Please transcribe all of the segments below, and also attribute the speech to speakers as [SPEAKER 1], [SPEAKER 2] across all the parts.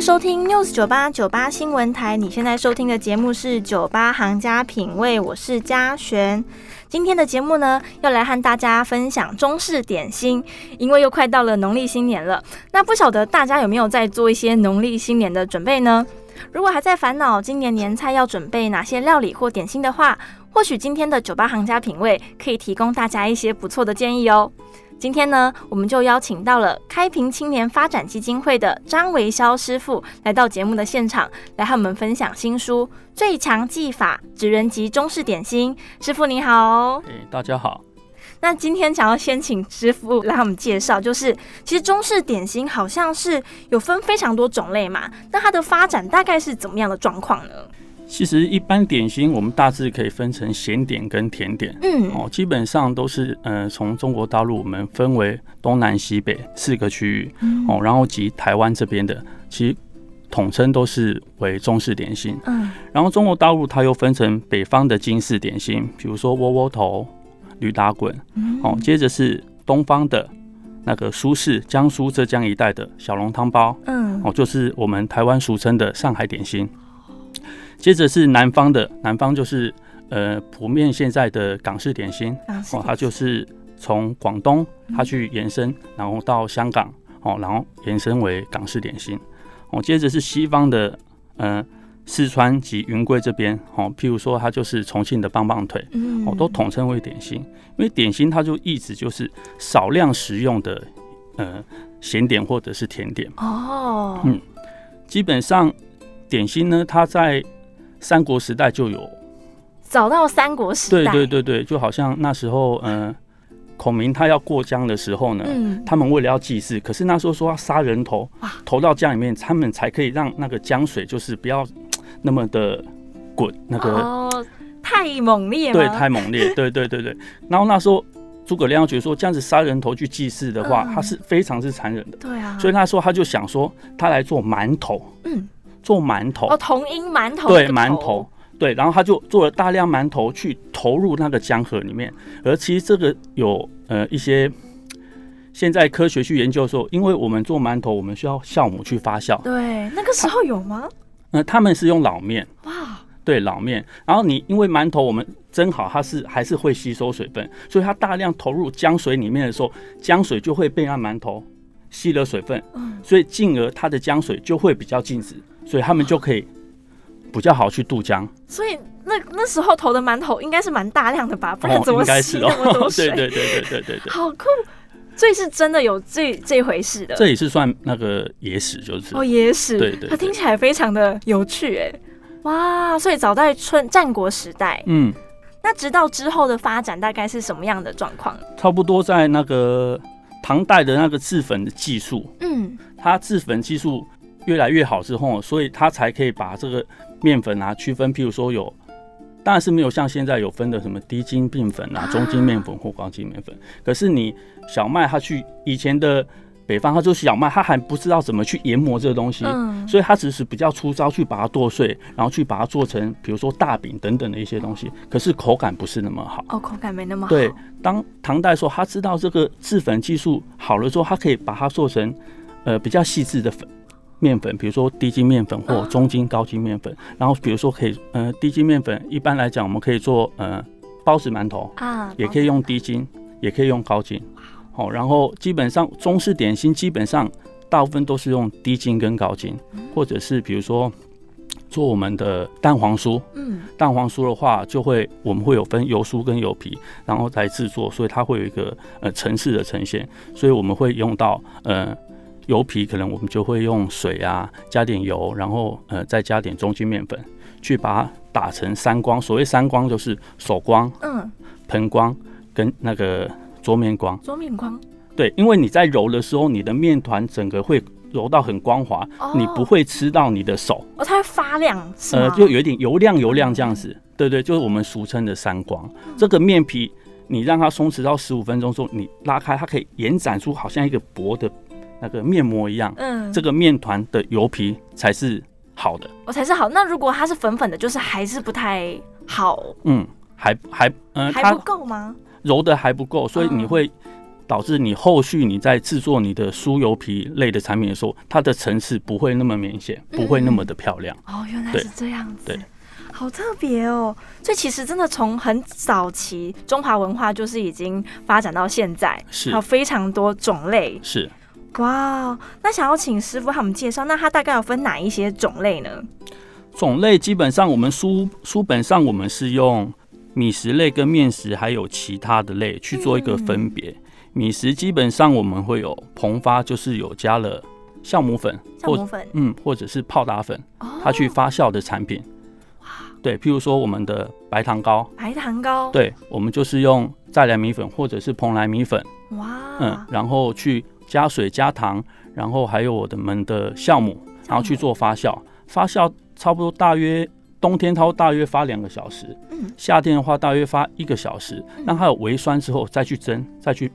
[SPEAKER 1] 收听 News 九八九八新闻台，你现在收听的节目是《九八行家品味》，我是嘉璇。今天的节目呢，要来和大家分享中式点心，因为又快到了农历新年了。那不晓得大家有没有在做一些农历新年的准备呢？如果还在烦恼今年年菜要准备哪些料理或点心的话，或许今天的酒吧行家品味可以提供大家一些不错的建议哦。今天呢，我们就邀请到了开平青年发展基金会的张维潇师傅来到节目的现场，来和我们分享新书《最强技法：职人级中式点心》。师傅你好，
[SPEAKER 2] 哎、大家好。
[SPEAKER 1] 那今天想要先请师傅来我们介绍，就是其实中式点心好像是有分非常多种类嘛，那它的发展大概是怎么样的状况呢？
[SPEAKER 2] 其实一般点心我们大致可以分成咸点跟甜点。
[SPEAKER 1] 嗯，
[SPEAKER 2] 哦，基本上都是呃，从中国大陆我们分为东南西北四个区域哦，然后及台湾这边的，其实统称都是为中式点心。
[SPEAKER 1] 嗯，
[SPEAKER 2] 然后中国大陆它又分成北方的京式点心，比如说窝窝头、驴打滚，哦，接着是东方的那个苏式，江苏、浙江一带的小笼汤包，
[SPEAKER 1] 嗯，
[SPEAKER 2] 哦，就是我们台湾俗称的上海点心。接着是南方的，南方就是呃普遍现在的港式点心，
[SPEAKER 1] 啊是
[SPEAKER 2] 哦，
[SPEAKER 1] 的
[SPEAKER 2] 它就是从广东它去延伸，然后到香港，哦，然后延伸为港式点心。哦，接着是西方的，呃，四川及云贵这边，哦，譬如说它就是重庆的棒棒腿，
[SPEAKER 1] 嗯
[SPEAKER 2] 哦，都统称为点心，因为点心它就意指就是少量食用的，呃，咸点或者是甜点。
[SPEAKER 1] 哦，
[SPEAKER 2] 嗯基本上，点心呢，它在三国时代就有，
[SPEAKER 1] 早到三国时
[SPEAKER 2] 对
[SPEAKER 1] 代，
[SPEAKER 2] 对对对，就好像那时候，呃，孔明他要过江的时候呢，
[SPEAKER 1] 嗯，
[SPEAKER 2] 他们为了要祭祀，可是那时候说要杀人头
[SPEAKER 1] 哇，
[SPEAKER 2] 投到江里面，他们才可以让那个江水就是不要那么的滚，那个、
[SPEAKER 1] 哦，太猛烈吗？
[SPEAKER 2] 对太 猛烈，对对对对。然后那时候诸葛亮觉得说这样子杀人头去祭祀的话，
[SPEAKER 1] 嗯
[SPEAKER 2] 他是非常是残忍的，
[SPEAKER 1] 对啊，
[SPEAKER 2] 所以那时候他就想说他来做馒头，
[SPEAKER 1] 嗯，
[SPEAKER 2] 做馒头，
[SPEAKER 1] 哦，同音馒头，
[SPEAKER 2] 对馒头，，对，然后他就做了大量馒头去投入那个江河里面，而其实这个有呃一些。现在科学去研究说，因为我们做馒头，我们需要酵母去发酵。
[SPEAKER 1] 对，那个时候有吗？
[SPEAKER 2] 那、他们是用老面，
[SPEAKER 1] 哇，
[SPEAKER 2] 对老面。然后你因为馒头我们蒸好，它是还是会吸收水分，所以它大量投入江水里面的时候，江水就会被那馒头吸了水分，
[SPEAKER 1] 嗯
[SPEAKER 2] 所以进而它的江水就会比较静止，所以他们就可以比较好去渡江。
[SPEAKER 1] 所以那那时候投的馒头应该是蛮大量的吧，不然
[SPEAKER 2] 哦
[SPEAKER 1] 怎么
[SPEAKER 2] 应该
[SPEAKER 1] 吸
[SPEAKER 2] 是
[SPEAKER 1] 那
[SPEAKER 2] 哦
[SPEAKER 1] 么 多，水？
[SPEAKER 2] 对对对对对对对，
[SPEAKER 1] 好酷！所以是真的有这这回事的。
[SPEAKER 2] 这也是算那个野史，就是、
[SPEAKER 1] 哦，野史，
[SPEAKER 2] 对对对
[SPEAKER 1] 它听起来非常的有趣哎。哇，所以早在春战国时代，
[SPEAKER 2] 嗯，
[SPEAKER 1] 那直到之后的发展大概是什么样的状况？
[SPEAKER 2] 差不多在那个唐代的那个制粉的技术，
[SPEAKER 1] 嗯，
[SPEAKER 2] 它制粉技术越来越好之后，所以它才可以把这个面粉啊区分，譬如说有。当然是没有像现在有分的什么低筋面粉啊、中筋面粉或高筋面粉。可是你小麦，它去以前的北方，它就是小麦，它还不知道怎么去研磨这个东西，
[SPEAKER 1] 嗯
[SPEAKER 2] 所以它只是比较粗糙去把它剁碎，然后去把它做成比如说大饼等等的一些东西，可是口感不是那么好。
[SPEAKER 1] 哦，口感没那么好。
[SPEAKER 2] 对，当唐代说他知道这个制粉技术好了之后，他可以把它做成呃比较细致的粉面粉，比如说低筋面粉或
[SPEAKER 1] 啊
[SPEAKER 2] 中筋、高筋面粉，然后比如说可以呃低筋面粉，一般来讲我们可以做呃包子、馒头，
[SPEAKER 1] 啊，
[SPEAKER 2] 也可以用低筋，也可以用高筋。好、然后基本上中式点心基本上大部分都是用低筋跟高筋，或者是比如说做我们的蛋黄酥，
[SPEAKER 1] 嗯，
[SPEAKER 2] 蛋黄酥的话，就会我们会有分油酥跟油皮，然后来制作，所以它会有一个呃层次的呈现，所以我们会用到呃油皮，可能我们就会用水啊，加点油，然后呃再加点中筋面粉，去把它打成三光。所谓三光就是手光、
[SPEAKER 1] 嗯，
[SPEAKER 2] 盆光跟那个桌面光。
[SPEAKER 1] 左面光，
[SPEAKER 2] 对，因为你在揉的时候，你的面团整个会揉到很光滑，
[SPEAKER 1] 哦
[SPEAKER 2] 你不会吃到你的手。
[SPEAKER 1] 哦，它会发亮，是吗？嗯
[SPEAKER 2] 呃，就有一点油亮油亮这样子，对对，就是我们俗称的三光。这个面皮你让它松弛到十五分钟之后，你拉开，它可以延展出好像一个薄的那个面膜一样，
[SPEAKER 1] 嗯，
[SPEAKER 2] 这个面团的油皮才是好的。
[SPEAKER 1] 我哦才是好。那如果它是粉粉的，就是还是不太好，
[SPEAKER 2] 嗯，还还嗯、呃，
[SPEAKER 1] 还不
[SPEAKER 2] 它
[SPEAKER 1] 够吗？
[SPEAKER 2] 揉的还不够，所以
[SPEAKER 1] 哦
[SPEAKER 2] 你会导致你后续你在制作你的酥油皮类的产品的时候，它的层次不会那么明显，不会那么的漂亮。
[SPEAKER 1] 哦，原来
[SPEAKER 2] 对
[SPEAKER 1] 是这样子
[SPEAKER 2] 对。
[SPEAKER 1] 好特别哦！所以其实真的从很早期，中华文化就是已经发展到现在，
[SPEAKER 2] 是
[SPEAKER 1] 还有非常多种类。
[SPEAKER 2] 是，
[SPEAKER 1] 哇哦！那想要请师傅他们介绍，那它大概有分哪一些种类呢？
[SPEAKER 2] 种类基本上我们书书本上我们是用米食类跟面食还有其他的类去做一个
[SPEAKER 1] 嗯
[SPEAKER 2] 分别。米食基本上我们会有膨发，就是有加了酵母粉
[SPEAKER 1] 酵
[SPEAKER 2] 或
[SPEAKER 1] 母粉
[SPEAKER 2] 嗯或者是泡打粉，
[SPEAKER 1] 哦，
[SPEAKER 2] 它去发酵的产品。对，譬如说我们的白糖糕，
[SPEAKER 1] 白糖糕，
[SPEAKER 2] 对我们就是用再来米粉或者是蓬莱米粉，
[SPEAKER 1] 哇，
[SPEAKER 2] 嗯，然后去加水加糖，然后还有我的们的酵母，然后去做发酵，发酵差不多大约冬天它大约发两个小时，
[SPEAKER 1] 嗯，
[SPEAKER 2] 夏天的话大约发一个小时
[SPEAKER 1] 嗯，
[SPEAKER 2] 让它有微酸之后再去蒸，再去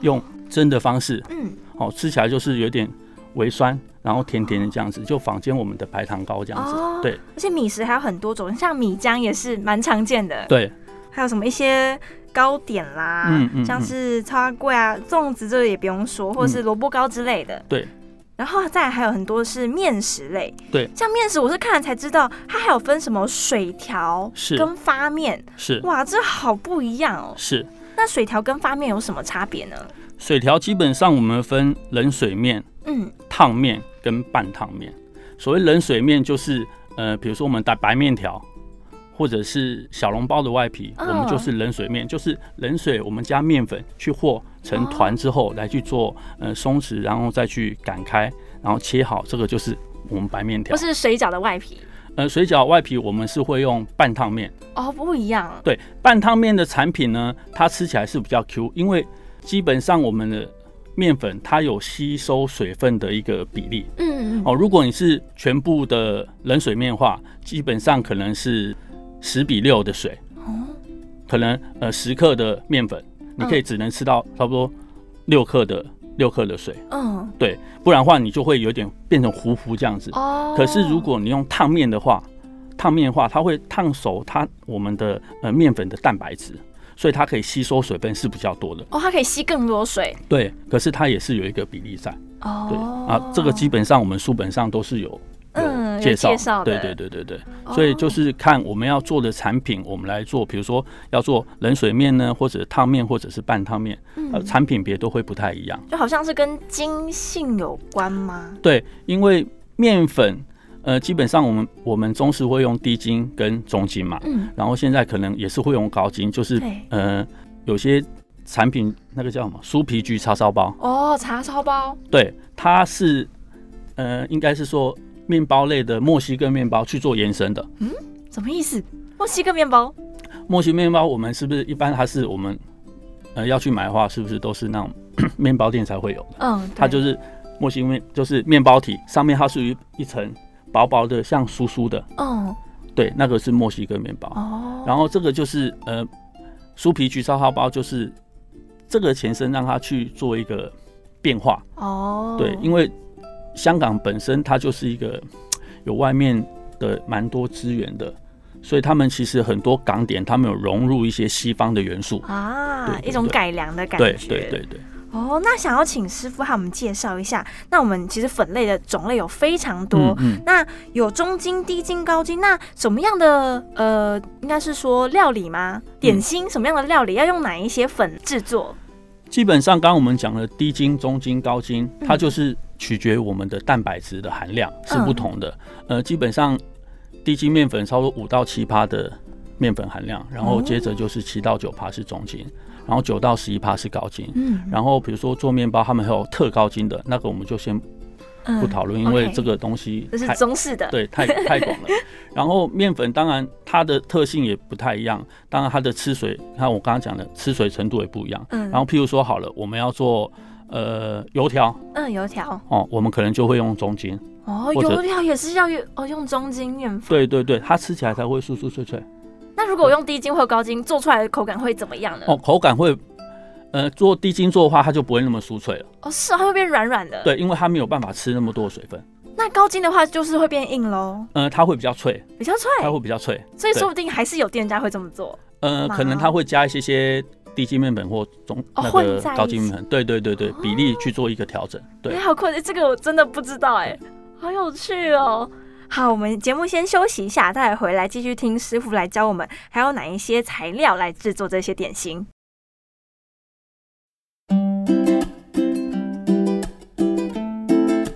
[SPEAKER 2] 用蒸的方式，
[SPEAKER 1] 嗯，
[SPEAKER 2] 哦，吃起来就是有点微酸，然后甜甜的这样子，就坊间我们的白糖糕这样子，
[SPEAKER 1] 哦
[SPEAKER 2] 对
[SPEAKER 1] 而且米食还有很多种，像米浆也是蛮常见的，
[SPEAKER 2] 对，
[SPEAKER 1] 还有什么一些糕点啦，
[SPEAKER 2] 嗯嗯
[SPEAKER 1] 像是超贵啊、粽子，这个也不用说，或是萝卜糕之类的。
[SPEAKER 2] 对。
[SPEAKER 1] 然后再来还有很多是面食类，
[SPEAKER 2] 对
[SPEAKER 1] 像面食我是看了才知道，它还有分什么水条
[SPEAKER 2] 是
[SPEAKER 1] 跟发面，
[SPEAKER 2] 是
[SPEAKER 1] 哇，这好不一样哦。
[SPEAKER 2] 是。
[SPEAKER 1] 那水条跟发面有什么差别呢？
[SPEAKER 2] 水条基本上我们分冷水面、
[SPEAKER 1] 嗯，
[SPEAKER 2] 烫面跟半烫面。所谓冷水面就是呃，比如说我们打白面条，或者是小笼包的外皮，
[SPEAKER 1] 嗯
[SPEAKER 2] 我们就是冷水面，就是冷水我们加面粉去和成团之后，来去做呃松弛，然后再去擀开，然后切好，这个就是我们白面条
[SPEAKER 1] 不。是水饺的外皮
[SPEAKER 2] 呃，水饺外皮我们是会用半烫面，
[SPEAKER 1] 哦，不一样。
[SPEAKER 2] 对，半烫面的产品呢，它吃起来是比较 Q，因为基本上我们的面粉它有吸收水分的一个比例
[SPEAKER 1] 嗯嗯，
[SPEAKER 2] 哦。如果你是全部的冷水面的话，基本上可能是十比六的水，
[SPEAKER 1] 哦，
[SPEAKER 2] 可能呃十克的面粉，你可以只能吃到差不多六克的六克的水，
[SPEAKER 1] 嗯
[SPEAKER 2] 对，不然的话你就会有点变成糊糊这样子。
[SPEAKER 1] 哦。
[SPEAKER 2] 可是如果你用烫面的话，烫面的话，它会烫熟它我们的呃面粉的蛋白质，所以它可以吸收水分是比较多的。
[SPEAKER 1] 哦，它可以吸更多水
[SPEAKER 2] 对，可是它也是有一个比例在。
[SPEAKER 1] 哦。
[SPEAKER 2] 对、啊，这个基本上我们书本上都是有。
[SPEAKER 1] 嗯有
[SPEAKER 2] 介绍，
[SPEAKER 1] 介绍
[SPEAKER 2] 对
[SPEAKER 1] 的
[SPEAKER 2] 对对对对，
[SPEAKER 1] 哦
[SPEAKER 2] 所以就是看我们要做的产品，我们来做，比如说要做冷水面呢，或者烫面，或者是半烫面，呃，产品别都会不太一样。
[SPEAKER 1] 嗯就好像是跟金性有关吗？
[SPEAKER 2] 对，因为面粉，呃，基本上我们我们中式会用低筋跟中筋嘛，
[SPEAKER 1] 嗯，
[SPEAKER 2] 然后现在可能也是会用高筋，就是
[SPEAKER 1] 对。
[SPEAKER 2] 呃有些产品那个叫什么酥皮焗叉烧包，
[SPEAKER 1] 哦，茶烧包
[SPEAKER 2] 对，它是呃应该是说面包类的墨西哥面包去做延伸的。
[SPEAKER 1] 什么意思？墨西哥面包
[SPEAKER 2] 墨西哥面包我们是不是一般它是我们呃要去买的话，是不是都是那种 面包店才会有的？
[SPEAKER 1] 嗯，对
[SPEAKER 2] 它就是墨西哥面，就是面包体上面它是一一层薄薄的像酥酥的，
[SPEAKER 1] 嗯
[SPEAKER 2] 对，那个是墨西哥面包。
[SPEAKER 1] 哦，
[SPEAKER 2] 然后这个就是呃，酥皮焗烧烤包，就是这个前身让它去做一个变化。
[SPEAKER 1] 哦，
[SPEAKER 2] 对，因为香港本身它就是一个有外面的蛮多资源的，所以他们其实很多港点他们有融入一些西方的元素。对
[SPEAKER 1] 啊，
[SPEAKER 2] 对
[SPEAKER 1] 一种
[SPEAKER 2] 对
[SPEAKER 1] 改良的感
[SPEAKER 2] 对
[SPEAKER 1] 觉，
[SPEAKER 2] 对对对，
[SPEAKER 1] 哦，那想要请师傅和我们介绍一下，那我们其实粉类的种类有非常多，
[SPEAKER 2] 嗯嗯，
[SPEAKER 1] 那有中筋、低筋、高筋，那什么样的呃，应该是说料理吗？
[SPEAKER 2] 嗯
[SPEAKER 1] 点心、什么样的料理要用哪一些粉制作？
[SPEAKER 2] 基本上刚刚我们讲的低筋、中筋、高筋，
[SPEAKER 1] 嗯嗯
[SPEAKER 2] 它就是取决于我们的蛋白质的含量是不同的。呃，基本上低筋面粉超过五到七趴的面粉含量，然
[SPEAKER 1] 哦
[SPEAKER 2] 后接着就是七到九趴是中筋，然后九到十一趴是高筋。
[SPEAKER 1] 嗯
[SPEAKER 2] 然后比如说做面包，他们还有特高筋的那个，我们就先
[SPEAKER 1] 嗯
[SPEAKER 2] 不讨论，因为
[SPEAKER 1] OK
[SPEAKER 2] 这个东西
[SPEAKER 1] 这是
[SPEAKER 2] 太
[SPEAKER 1] 中式的，
[SPEAKER 2] 对太太广 了。然后面粉当然它的特性也不太一样，当然它的吃水，看我刚刚讲的吃水程度也不一样。
[SPEAKER 1] 嗯，
[SPEAKER 2] 然后譬如说好了，我们要做呃油条
[SPEAKER 1] 嗯油条
[SPEAKER 2] 哦，我们可能就会用中筋。
[SPEAKER 1] 哦，
[SPEAKER 2] 或者
[SPEAKER 1] 油条也是要用哦用中筋面粉。
[SPEAKER 2] 对对对，它吃起来才会酥酥脆脆
[SPEAKER 1] 那如果我用低筋或高筋做出来的口感会怎么样呢？
[SPEAKER 2] 哦，口感会。呃，做低筋做的话，它就不会那么酥脆了。
[SPEAKER 1] 哦，是、啊，它会变软软的。，
[SPEAKER 2] 对，因为它没有办法吃那么多的水分。
[SPEAKER 1] 那高筋的话就是会变硬喽，
[SPEAKER 2] 呃，它会比较脆，
[SPEAKER 1] 比较脆，
[SPEAKER 2] 它会比较脆。
[SPEAKER 1] 所以
[SPEAKER 2] 对
[SPEAKER 1] 说不定还是有店家会这么做。
[SPEAKER 2] 呃，
[SPEAKER 1] 麻
[SPEAKER 2] 可能它会加一些些低筋面粉或中
[SPEAKER 1] 哦
[SPEAKER 2] 那
[SPEAKER 1] 混
[SPEAKER 2] 个
[SPEAKER 1] 在一哦
[SPEAKER 2] 高筋面粉，对对对对，比例去做一个调整。
[SPEAKER 1] 哎、
[SPEAKER 2] 对，
[SPEAKER 1] 好困，这个我真的不知道哎、好有趣哦。好，我们节目先休息一下，待会回来继续听师傅来教我们还有哪一些材料来制作这些点心。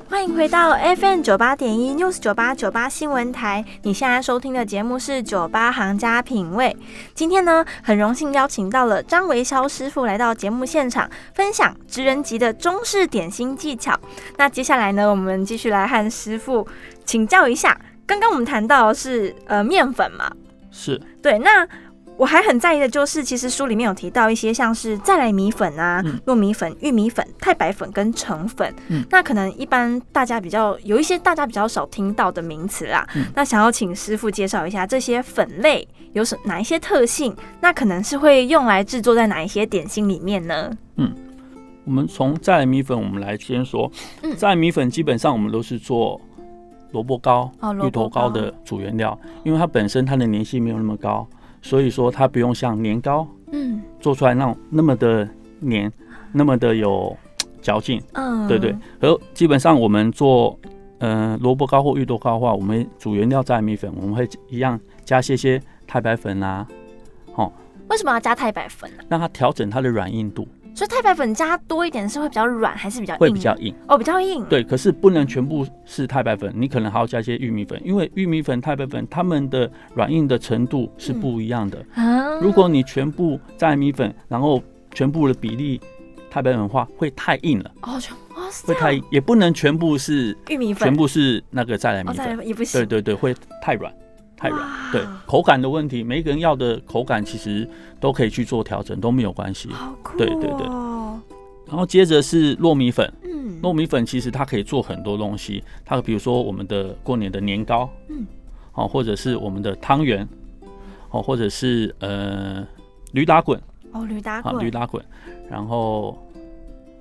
[SPEAKER 1] 欢迎回到 FM 九八点一 News 九八九八新闻台，你现在收听的节目是《酒吧行家品味》。今天呢，很荣幸邀请到了张维霄师傅来到节目现场，分享职人级的中式点心技巧。那接下来呢，我们继续来和师傅请教一下。刚刚我们谈到的是呃面粉嘛，
[SPEAKER 2] 是
[SPEAKER 1] 对，那我还很在意的就是，其实书里面有提到一些像是再来米粉啊、
[SPEAKER 2] 嗯
[SPEAKER 1] 糯米粉、玉米粉、太白粉跟橙粉，
[SPEAKER 2] 嗯
[SPEAKER 1] 那可能一般大家比较有一些大家比较少听到的名词啦。
[SPEAKER 2] 嗯
[SPEAKER 1] 那想要请师傅介绍一下这些粉类有什哪一些特性？那可能是会用来制作在哪一些点心里面呢？
[SPEAKER 2] 我们从再来米粉，我们来先说
[SPEAKER 1] 嗯，
[SPEAKER 2] 再来米粉基本上我们都是做萝卜糕、
[SPEAKER 1] 哦萝卜
[SPEAKER 2] 芋头糕的主原料，因为它本身它的粘性没有那么高，所以说它不用像年糕
[SPEAKER 1] 嗯
[SPEAKER 2] 做出来那种那么的黏，那么的有嚼劲。
[SPEAKER 1] 嗯，
[SPEAKER 2] 对对，而基本上我们做呃萝卜糕或芋头糕的话，我们主原料在米粉，我们会一样加些些太白粉啊，
[SPEAKER 1] 为什么要加太白粉啊？
[SPEAKER 2] 让它调整它的软硬度，
[SPEAKER 1] 所以太白粉加多一点是会比较软，还是比较硬？
[SPEAKER 2] 会比较硬。
[SPEAKER 1] 哦，比较硬。，
[SPEAKER 2] 对，可是不能全部是太白粉，你可能还要加一些玉米粉，因为玉米粉、太白粉它们的软硬的程度是不一样的。
[SPEAKER 1] 啊
[SPEAKER 2] 如果你全部在米粉，然后全部的比例太白粉的话，会太硬了，
[SPEAKER 1] 哦，全哇塞，
[SPEAKER 2] 会太硬，也不能全部是
[SPEAKER 1] 玉米粉，
[SPEAKER 2] 全部是那个再来米
[SPEAKER 1] 哦，再
[SPEAKER 2] 粉。
[SPEAKER 1] 来也不行，
[SPEAKER 2] 对对对，会太软，太软。
[SPEAKER 1] 哇
[SPEAKER 2] 对口感的问题，每一个人要的口感其实都可以去做调整，都没有关系。
[SPEAKER 1] 好酷、哦，
[SPEAKER 2] 对对对然后接着是糯米粉，
[SPEAKER 1] 嗯，
[SPEAKER 2] 糯米粉其实它可以做很多东西，它比如说我们的过年的年糕，
[SPEAKER 1] 嗯，
[SPEAKER 2] 哦，或者是我们的汤圆，哦，或者是呃驴打滚
[SPEAKER 1] 哦，驴打
[SPEAKER 2] 啊，
[SPEAKER 1] 滚，
[SPEAKER 2] 驴打滚，然后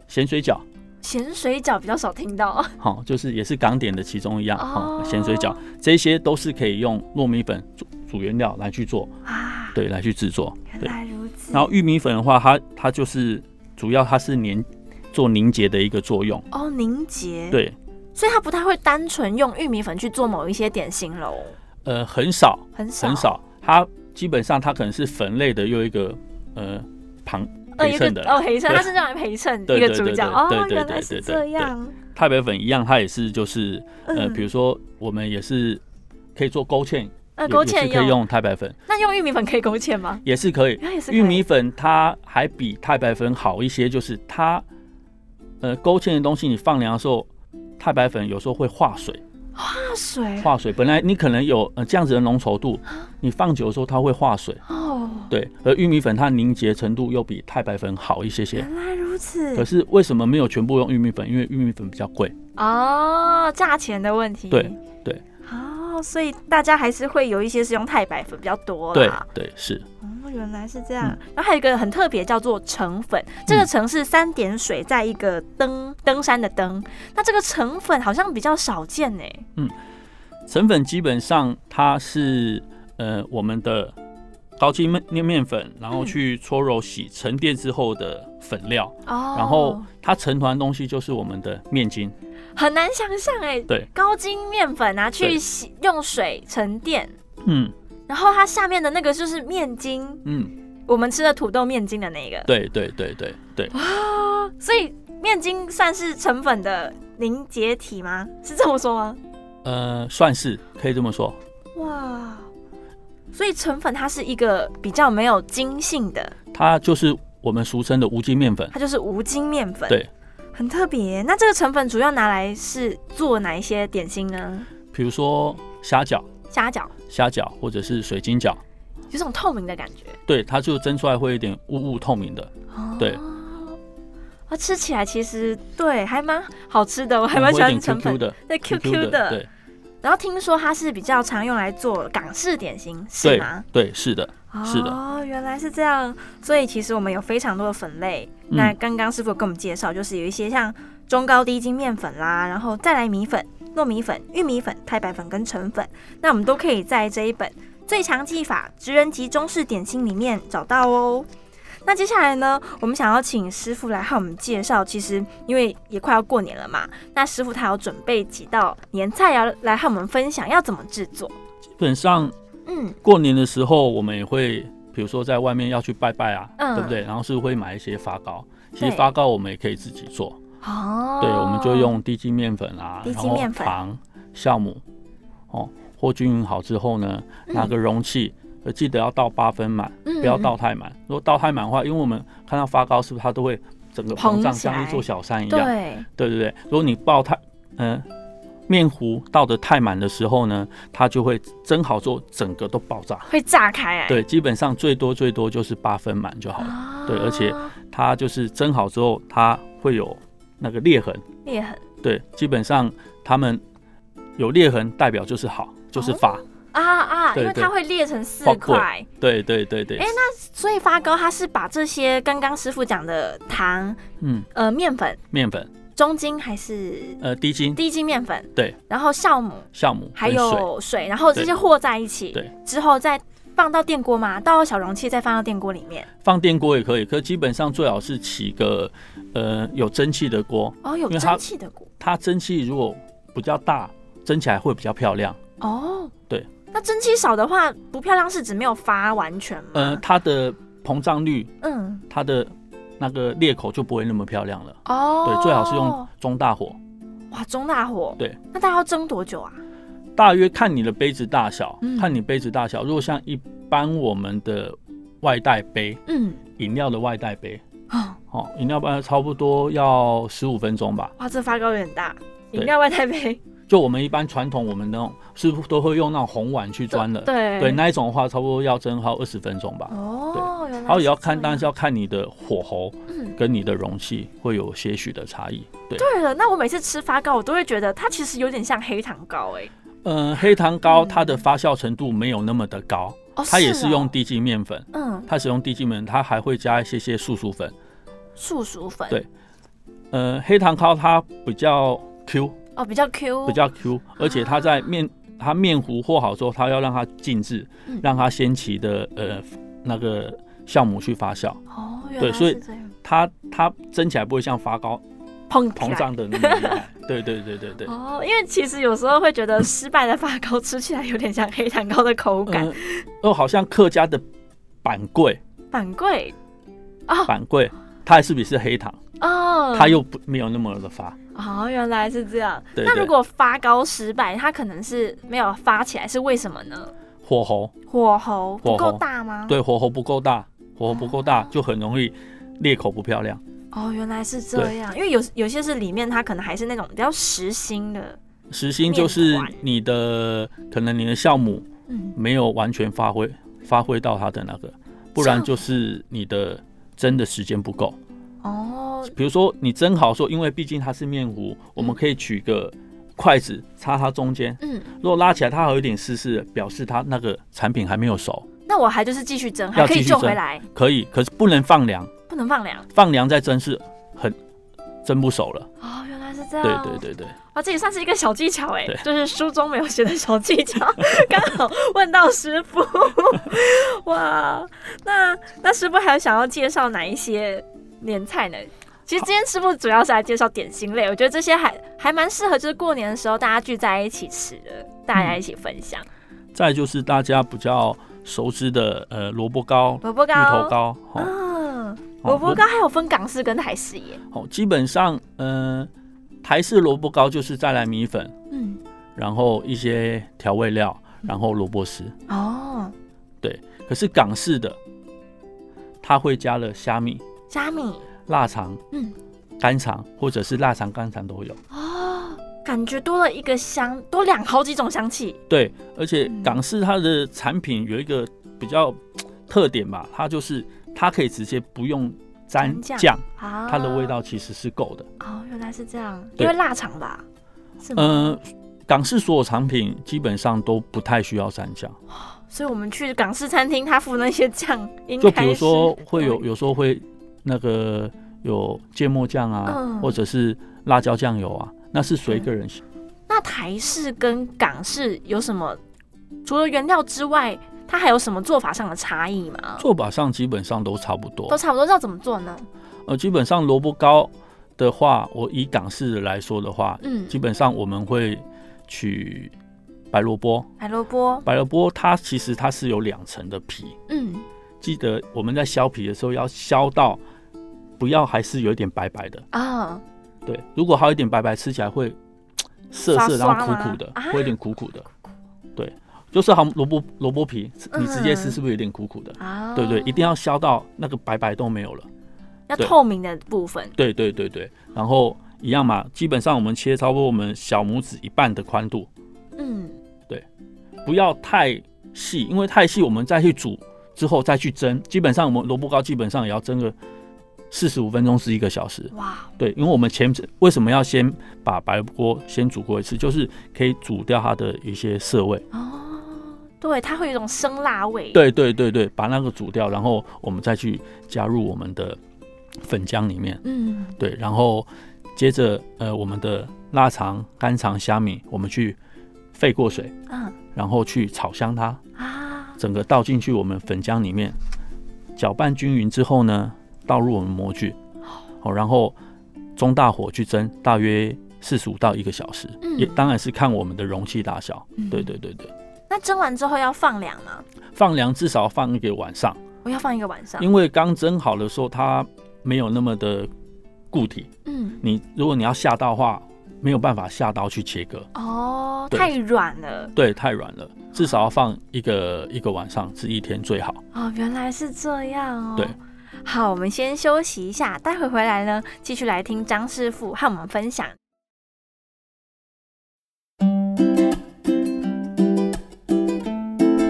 [SPEAKER 2] 咸水饺，
[SPEAKER 1] 咸水饺比较少听到，
[SPEAKER 2] 好、就是也是港点的其中一样，哈、
[SPEAKER 1] 哦
[SPEAKER 2] 咸水饺，这些都是可以用糯米粉主主原料来去做，
[SPEAKER 1] 啊，
[SPEAKER 2] 对，来去制作，
[SPEAKER 1] 原
[SPEAKER 2] 对。
[SPEAKER 1] 来如此，
[SPEAKER 2] 然后玉米粉的话，它它就是主要它是凝做凝结的一个作用，
[SPEAKER 1] 哦，凝结，，
[SPEAKER 2] 对，
[SPEAKER 1] 所以它不太会单纯用玉米粉去做某一些点心喽，
[SPEAKER 2] 呃，很少
[SPEAKER 1] 很少，
[SPEAKER 2] 很，少，它基本上它可能是粉类的又一个呃旁
[SPEAKER 1] 呃，
[SPEAKER 2] 陪
[SPEAKER 1] 有一
[SPEAKER 2] 衬
[SPEAKER 1] 个
[SPEAKER 2] 的
[SPEAKER 1] 哦，陪衬，
[SPEAKER 2] 对
[SPEAKER 1] 它是让人陪衬
[SPEAKER 2] 对
[SPEAKER 1] 一个
[SPEAKER 2] 对
[SPEAKER 1] 主
[SPEAKER 2] 对
[SPEAKER 1] 角，
[SPEAKER 2] 对
[SPEAKER 1] 哦
[SPEAKER 2] 对，对
[SPEAKER 1] 原
[SPEAKER 2] 对
[SPEAKER 1] 来是
[SPEAKER 2] 对对
[SPEAKER 1] 这
[SPEAKER 2] 对
[SPEAKER 1] 样，
[SPEAKER 2] 太白粉一样，它也是就是呃，
[SPEAKER 1] 嗯，
[SPEAKER 2] 比如说我们也是可以做勾芡，
[SPEAKER 1] 那呃
[SPEAKER 2] 也
[SPEAKER 1] 勾
[SPEAKER 2] 也
[SPEAKER 1] 芡
[SPEAKER 2] 是可以
[SPEAKER 1] 用，
[SPEAKER 2] 用太白粉，
[SPEAKER 1] 那用玉米粉可以勾芡吗？
[SPEAKER 2] 也是可以。
[SPEAKER 1] 原来也是可以
[SPEAKER 2] 玉米粉它还比太白粉好一些，就是它呃勾芡的东西，你放凉的时候，太白粉有时候会化水。
[SPEAKER 1] 泡水
[SPEAKER 2] 化水，本来你可能有呃这样子的浓稠度，你放久的时候它会化水，
[SPEAKER 1] 啊哦，
[SPEAKER 2] 对。而玉米粉它凝结程度又比太白粉好一些些，
[SPEAKER 1] 原来如此
[SPEAKER 2] 可，是为什么没有全部用玉米粉？因为玉米粉比较贵，
[SPEAKER 1] 哦，价钱的问题。
[SPEAKER 2] 对对。
[SPEAKER 1] 哦，所以大家还是会有一些是用太白粉比较多
[SPEAKER 2] 对嗯
[SPEAKER 1] 啦。
[SPEAKER 2] 对是，
[SPEAKER 1] 哦，原来是这样。然后还有一个很特别，叫做橙粉。这
[SPEAKER 2] 嗯
[SPEAKER 1] 个橙是三点水在一个登登山的登，那这个橙粉好像比较少见欸呢。
[SPEAKER 2] 成粉基本上它是呃我们的高筋面面粉，然后
[SPEAKER 1] 嗯
[SPEAKER 2] 去搓揉洗沉淀之后的粉料，
[SPEAKER 1] 哦，
[SPEAKER 2] 然后它成团的东西就是我们的面筋，
[SPEAKER 1] 很难想象哎。
[SPEAKER 2] 对，
[SPEAKER 1] 高筋面粉拿去
[SPEAKER 2] 对
[SPEAKER 1] 洗，用水沉淀。
[SPEAKER 2] 嗯
[SPEAKER 1] 然后它下面的那个就是面筋，
[SPEAKER 2] 嗯，
[SPEAKER 1] 我们吃的土豆面筋的那个。
[SPEAKER 2] 对对对对对，
[SPEAKER 1] 啊，所以面筋算是成粉的凝结体吗？是这么说吗？
[SPEAKER 2] 呃算是可以这么说，
[SPEAKER 1] 哇，所以成粉它是一个比较没有筋性的，
[SPEAKER 2] 它就是我们俗称的无筋面粉。
[SPEAKER 1] 它就是无筋面粉。
[SPEAKER 2] 对，
[SPEAKER 1] 很特别。那这个成粉主要拿来是做哪一些点心呢？
[SPEAKER 2] 比如说虾饺、
[SPEAKER 1] 虾饺，
[SPEAKER 2] 虾饺或者是水晶饺，
[SPEAKER 1] 有种透明的感觉。
[SPEAKER 2] 对，它就蒸出来会有点雾雾透明的，
[SPEAKER 1] 哦
[SPEAKER 2] 对。
[SPEAKER 1] 啊，吃起来其实对，还蛮好吃的，我还
[SPEAKER 2] 嗯
[SPEAKER 1] 蛮
[SPEAKER 2] 会
[SPEAKER 1] 喜
[SPEAKER 2] 有
[SPEAKER 1] 欢
[SPEAKER 2] 点
[SPEAKER 1] 成
[SPEAKER 2] QQ
[SPEAKER 1] 粉，
[SPEAKER 2] 的
[SPEAKER 1] 对
[SPEAKER 2] QQ
[SPEAKER 1] QQ 的。
[SPEAKER 2] 对
[SPEAKER 1] 然后听说它是比较常用来做港式点心，是
[SPEAKER 2] 对
[SPEAKER 1] 吗？
[SPEAKER 2] 对是的，是的
[SPEAKER 1] 哦，原来是这样。所以其实我们有非常多的粉类。
[SPEAKER 2] 嗯
[SPEAKER 1] 那刚刚师傅有跟我们介绍，就是有一些像中高低筋面粉啦，然后再来米粉、糯米粉、玉米粉、太白粉跟橙粉，那我们都可以在这一本《最强技法：职人级中式点心》里面找到哦。那接下来呢，我们想要请师傅来和我们介绍，其实因为也快要过年了嘛，那师傅他有准备几道年菜要来和我们分享，要怎么制作？
[SPEAKER 2] 基本上
[SPEAKER 1] 嗯
[SPEAKER 2] 过年的时候，我们也会，比如说在外面要去拜拜啊，
[SPEAKER 1] 嗯
[SPEAKER 2] 对不对？然后是会买一些发糕，其
[SPEAKER 1] 对
[SPEAKER 2] 实发糕我们也可以自己做，
[SPEAKER 1] 哦，
[SPEAKER 2] 对，我们就用低筋面粉啊，
[SPEAKER 1] 低
[SPEAKER 2] 然
[SPEAKER 1] 筋
[SPEAKER 2] 后
[SPEAKER 1] 面粉
[SPEAKER 2] 糖、酵母，哦，和均匀好之后呢，
[SPEAKER 1] 嗯
[SPEAKER 2] 拿个容器，呃记得要倒八分满，
[SPEAKER 1] 嗯
[SPEAKER 2] 不要倒太满。如果倒太满的话，因为我们看到发糕是不是它都会整个膨
[SPEAKER 1] 膨
[SPEAKER 2] 胀，
[SPEAKER 1] 起来
[SPEAKER 2] 像一座小山一样？
[SPEAKER 1] 对，
[SPEAKER 2] 对对对，如果你爆太，嗯、面糊倒得太满的时候呢，它就会蒸好之后整个都爆炸。
[SPEAKER 1] 会炸开哎来。
[SPEAKER 2] 对，基本上最多最多就是八分满就好了。
[SPEAKER 1] 啊
[SPEAKER 2] 对而且它就是蒸好之后，它会有那个裂痕。
[SPEAKER 1] 裂痕
[SPEAKER 2] 对，基本上它们有裂痕，代表就是好，就是发。
[SPEAKER 1] 啊啊，因
[SPEAKER 2] 对
[SPEAKER 1] 为
[SPEAKER 2] 对
[SPEAKER 1] 它会裂成四
[SPEAKER 2] 爆破
[SPEAKER 1] 块，
[SPEAKER 2] 对对对对。
[SPEAKER 1] 哎所以发糕它是把这些刚刚师傅讲的糖、
[SPEAKER 2] 嗯，
[SPEAKER 1] 呃面粉、
[SPEAKER 2] 面粉，
[SPEAKER 1] 中筋还是
[SPEAKER 2] 呃，低筋、
[SPEAKER 1] 低筋面粉，
[SPEAKER 2] 对，
[SPEAKER 1] 然后酵母
[SPEAKER 2] 酵母
[SPEAKER 1] 还
[SPEAKER 2] 跟水。
[SPEAKER 1] 有水，然后这些和在一起，
[SPEAKER 2] 对，
[SPEAKER 1] 之后再放到电锅嘛，倒到小容器，再放到电锅里面。
[SPEAKER 2] 放电锅也可以，可基本上最好是起个呃有蒸汽的锅，
[SPEAKER 1] 哦，有
[SPEAKER 2] 因为它
[SPEAKER 1] 蒸汽的锅
[SPEAKER 2] 它蒸汽如果比较大，蒸起来会比较漂亮。
[SPEAKER 1] 哦，
[SPEAKER 2] 对。
[SPEAKER 1] 那蒸汽少的话，不漂亮是指没有发完全吗？
[SPEAKER 2] 呃，它的膨胀率，
[SPEAKER 1] 嗯，
[SPEAKER 2] 它的那个裂口就不会那么漂亮了。
[SPEAKER 1] 哦，
[SPEAKER 2] 对，最好是用中大火，
[SPEAKER 1] 哇中大火。
[SPEAKER 2] 对，
[SPEAKER 1] 那大概要蒸多久啊？
[SPEAKER 2] 大约看你的杯子大小，
[SPEAKER 1] 嗯
[SPEAKER 2] 看你杯子大小。如果像一般我们的外带杯，
[SPEAKER 1] 嗯，
[SPEAKER 2] 饮料的外带杯，
[SPEAKER 1] 哦，
[SPEAKER 2] 哦，饮料杯差不多要十五分钟吧。
[SPEAKER 1] 哇，这发糕有点大，
[SPEAKER 2] 对
[SPEAKER 1] 饮料外带 杯，
[SPEAKER 2] 就我们一般传统，我们那种是不是都会用那种红碗去装的？
[SPEAKER 1] 对
[SPEAKER 2] 对，那一种的话，差不多要蒸好二十分钟吧。
[SPEAKER 1] 哦，原来
[SPEAKER 2] 然后也要看，
[SPEAKER 1] 这样
[SPEAKER 2] 当然是要看你的火候
[SPEAKER 1] 嗯，
[SPEAKER 2] 跟你的容器会有些许的差异。对，
[SPEAKER 1] 对了，那我每次吃发糕，我都会觉得它其实有点像黑糖糕哎、
[SPEAKER 2] 嗯，黑糖糕它的发酵程度没有那么的高，
[SPEAKER 1] 哦，
[SPEAKER 2] 它也
[SPEAKER 1] 哦
[SPEAKER 2] 是用低筋面粉，
[SPEAKER 1] 嗯
[SPEAKER 2] 它使用低筋面粉，它还会加一些些素薯粉。
[SPEAKER 1] 素薯粉，
[SPEAKER 2] 对呃，黑糖糕它比较 Q，
[SPEAKER 1] 哦啊比较 Q，
[SPEAKER 2] 比较 Q，而且它在面它面糊和好之后，它要让它静置
[SPEAKER 1] 嗯，
[SPEAKER 2] 让它先期的呃那个酵母去发酵，
[SPEAKER 1] 哦，原
[SPEAKER 2] 对
[SPEAKER 1] 来
[SPEAKER 2] 所以
[SPEAKER 1] 是这样
[SPEAKER 2] 它它蒸起来不会像发糕
[SPEAKER 1] 膨起
[SPEAKER 2] 膨
[SPEAKER 1] 来。
[SPEAKER 2] 胀的那么厉害。 对对对对对。
[SPEAKER 1] 哦，因为其实有时候会觉得失败的发糕吃起来有点像黑糖糕的口感，
[SPEAKER 2] 嗯，哦，好像客家的板桂，
[SPEAKER 1] 板桂哦
[SPEAKER 2] 板桂它是不是黑糖？
[SPEAKER 1] 哦，
[SPEAKER 2] 它又不没有那么的发。
[SPEAKER 1] 哦，原来是这样。
[SPEAKER 2] 对
[SPEAKER 1] 那
[SPEAKER 2] 对
[SPEAKER 1] 如果发糕失败，它可能是没有发起来，是为什么呢？
[SPEAKER 2] 火候
[SPEAKER 1] 火候不
[SPEAKER 2] 火候
[SPEAKER 1] 够大吗？，
[SPEAKER 2] 对火候不够大，火候不够大就很容易裂口不漂亮。
[SPEAKER 1] 哦，原来是这
[SPEAKER 2] 对
[SPEAKER 1] 样。因为有有些是里面它可能还是那种比较实心的，
[SPEAKER 2] 实心就是
[SPEAKER 1] 面团
[SPEAKER 2] 你的可能你的酵母
[SPEAKER 1] 嗯，
[SPEAKER 2] 没有完全发挥发挥到它的那个，不然就是你的蒸的时间不够。
[SPEAKER 1] 哦，
[SPEAKER 2] 比如说你蒸好说，因为毕竟它是面糊，我们可以取个筷子插它中间，
[SPEAKER 1] 嗯，
[SPEAKER 2] 如果拉起来它还有一点湿湿的，表示它那个产品还没有熟，
[SPEAKER 1] 那我还就是继续蒸，还
[SPEAKER 2] 要
[SPEAKER 1] 可以
[SPEAKER 2] 继续
[SPEAKER 1] 救回
[SPEAKER 2] 蒸
[SPEAKER 1] 来，
[SPEAKER 2] 可以，可是不能放凉，
[SPEAKER 1] 不能放凉。
[SPEAKER 2] 放凉再蒸是很蒸不熟了。
[SPEAKER 1] 哦，原来是这样。
[SPEAKER 2] 对对对对，
[SPEAKER 1] 啊，这也算是一个小技巧哎
[SPEAKER 2] 对，
[SPEAKER 1] 就是书中没有写的小技巧， 刚好问到师傅。哇，那那师傅还有想要介绍哪一些年菜呢？其实今天师傅主要是来介绍点心类，我觉得这些还还蛮适合，就是过年的时候大家聚在一起吃的，大
[SPEAKER 2] 嗯
[SPEAKER 1] 家一起分享。
[SPEAKER 2] 再就是大家比较熟知的呃萝卜糕、
[SPEAKER 1] 萝卜
[SPEAKER 2] 芋
[SPEAKER 1] 糕，
[SPEAKER 2] 头糕，哦
[SPEAKER 1] 嗯，
[SPEAKER 2] 哦
[SPEAKER 1] 萝卜糕还有分港式跟台式耶。
[SPEAKER 2] 哦，基本上呃台式萝卜糕就是再来米粉，
[SPEAKER 1] 嗯，
[SPEAKER 2] 然后一些调味料，然后萝卜丝。
[SPEAKER 1] 哦，
[SPEAKER 2] 可是港式的，它会加了虾米、
[SPEAKER 1] 虾米，
[SPEAKER 2] 腊肠、
[SPEAKER 1] 嗯，
[SPEAKER 2] 干肠或者是腊肠、干肠都有。
[SPEAKER 1] 哦，感觉多了一个香，多两好几种香气。
[SPEAKER 2] 对，而且
[SPEAKER 1] 嗯
[SPEAKER 2] 港式它的产品有一个比较特点吧，它就是它可以直接不用沾
[SPEAKER 1] 沾酱
[SPEAKER 2] 酱，
[SPEAKER 1] 啊，
[SPEAKER 2] 它的味道其实是够的。
[SPEAKER 1] 哦，原来是这样，
[SPEAKER 2] 对
[SPEAKER 1] 因为腊肠吧，是吗？
[SPEAKER 2] 嗯、港式所有产品基本上都不太需要蘸酱，
[SPEAKER 1] 所以我们去港式餐厅，他附那些酱，应该
[SPEAKER 2] 就比如说
[SPEAKER 1] 是
[SPEAKER 2] 会有有时候会那个有芥末酱啊，
[SPEAKER 1] 嗯
[SPEAKER 2] 或者是辣椒酱油啊，那是随个人喜
[SPEAKER 1] 那台式跟港式有什么？除了原料之外，它还有什么做法上的差异吗？
[SPEAKER 2] 做法上基本上都差不多
[SPEAKER 1] 都。差不多，知道怎么做呢？
[SPEAKER 2] 呃，基本上萝卜糕的话，我以港式的来说的话，
[SPEAKER 1] 嗯，
[SPEAKER 2] 基本上我们会取白萝卜。
[SPEAKER 1] 白萝卜，
[SPEAKER 2] 白萝卜它其实它是有两层的皮，
[SPEAKER 1] 嗯，
[SPEAKER 2] 记得我们在削皮的时候要削到不要还是有一点白白的。
[SPEAKER 1] 啊，
[SPEAKER 2] 对，如果还有一点白白，吃起来会嘖涩涩，然
[SPEAKER 1] 刷刷
[SPEAKER 2] 后苦
[SPEAKER 1] 吗
[SPEAKER 2] 苦的，
[SPEAKER 1] 啊
[SPEAKER 2] 会有点苦苦的。对，就是好像萝卜萝卜皮，吃你直接吃
[SPEAKER 1] 嗯
[SPEAKER 2] 是不是有点苦苦的？
[SPEAKER 1] 啊，
[SPEAKER 2] 对对，一定要削到那个白白都没有了。
[SPEAKER 1] 要
[SPEAKER 2] 对
[SPEAKER 1] 透明的部分，
[SPEAKER 2] 对对对对，然后一样嘛，基本上我们切差不多我们小拇指一半的宽度，
[SPEAKER 1] 嗯，
[SPEAKER 2] 不要太细，因为太细我们再去煮之后再去蒸，基本上我们萝卜糕基本上也要蒸个四十五分钟至一个小时。
[SPEAKER 1] 哇，
[SPEAKER 2] 对，因为我们前为什么要先把白萝卜先煮过一次，就是可以煮掉它的一些涩味。
[SPEAKER 1] 哦，对，它会有一种生辣味，，
[SPEAKER 2] 对对对对，把那个煮掉，然后我们再去加入我们的粉浆里面。
[SPEAKER 1] 嗯，
[SPEAKER 2] 对，然后接着呃，我们的腊肠、干肠、虾米，我们去沸过水，
[SPEAKER 1] 嗯
[SPEAKER 2] 然后去炒香它，
[SPEAKER 1] 啊，
[SPEAKER 2] 整个倒进去我们粉浆里面，搅拌均匀之后呢，倒入我们模具，哦，然后中大火去蒸，大约四十五到一个小时，
[SPEAKER 1] 嗯
[SPEAKER 2] 也当然是看我们的容器大小。
[SPEAKER 1] 嗯
[SPEAKER 2] 对对对对，
[SPEAKER 1] 那蒸完之后要放凉吗？
[SPEAKER 2] 放凉至少放一个晚上，
[SPEAKER 1] 我要放一个晚上，
[SPEAKER 2] 因为刚蒸好的时候它没有那么的固体，
[SPEAKER 1] 嗯，
[SPEAKER 2] 你如果你要下刀的话，没有办法下刀去切割，
[SPEAKER 1] 哦，
[SPEAKER 2] 对
[SPEAKER 1] 太软了，
[SPEAKER 2] 对，太软了，至少要放一个一个晚上至一天最好。
[SPEAKER 1] 哦，原来是这样哦。
[SPEAKER 2] 对。
[SPEAKER 1] 好，我们先休息一下，待会回来呢，继续来听张师傅和我们分享。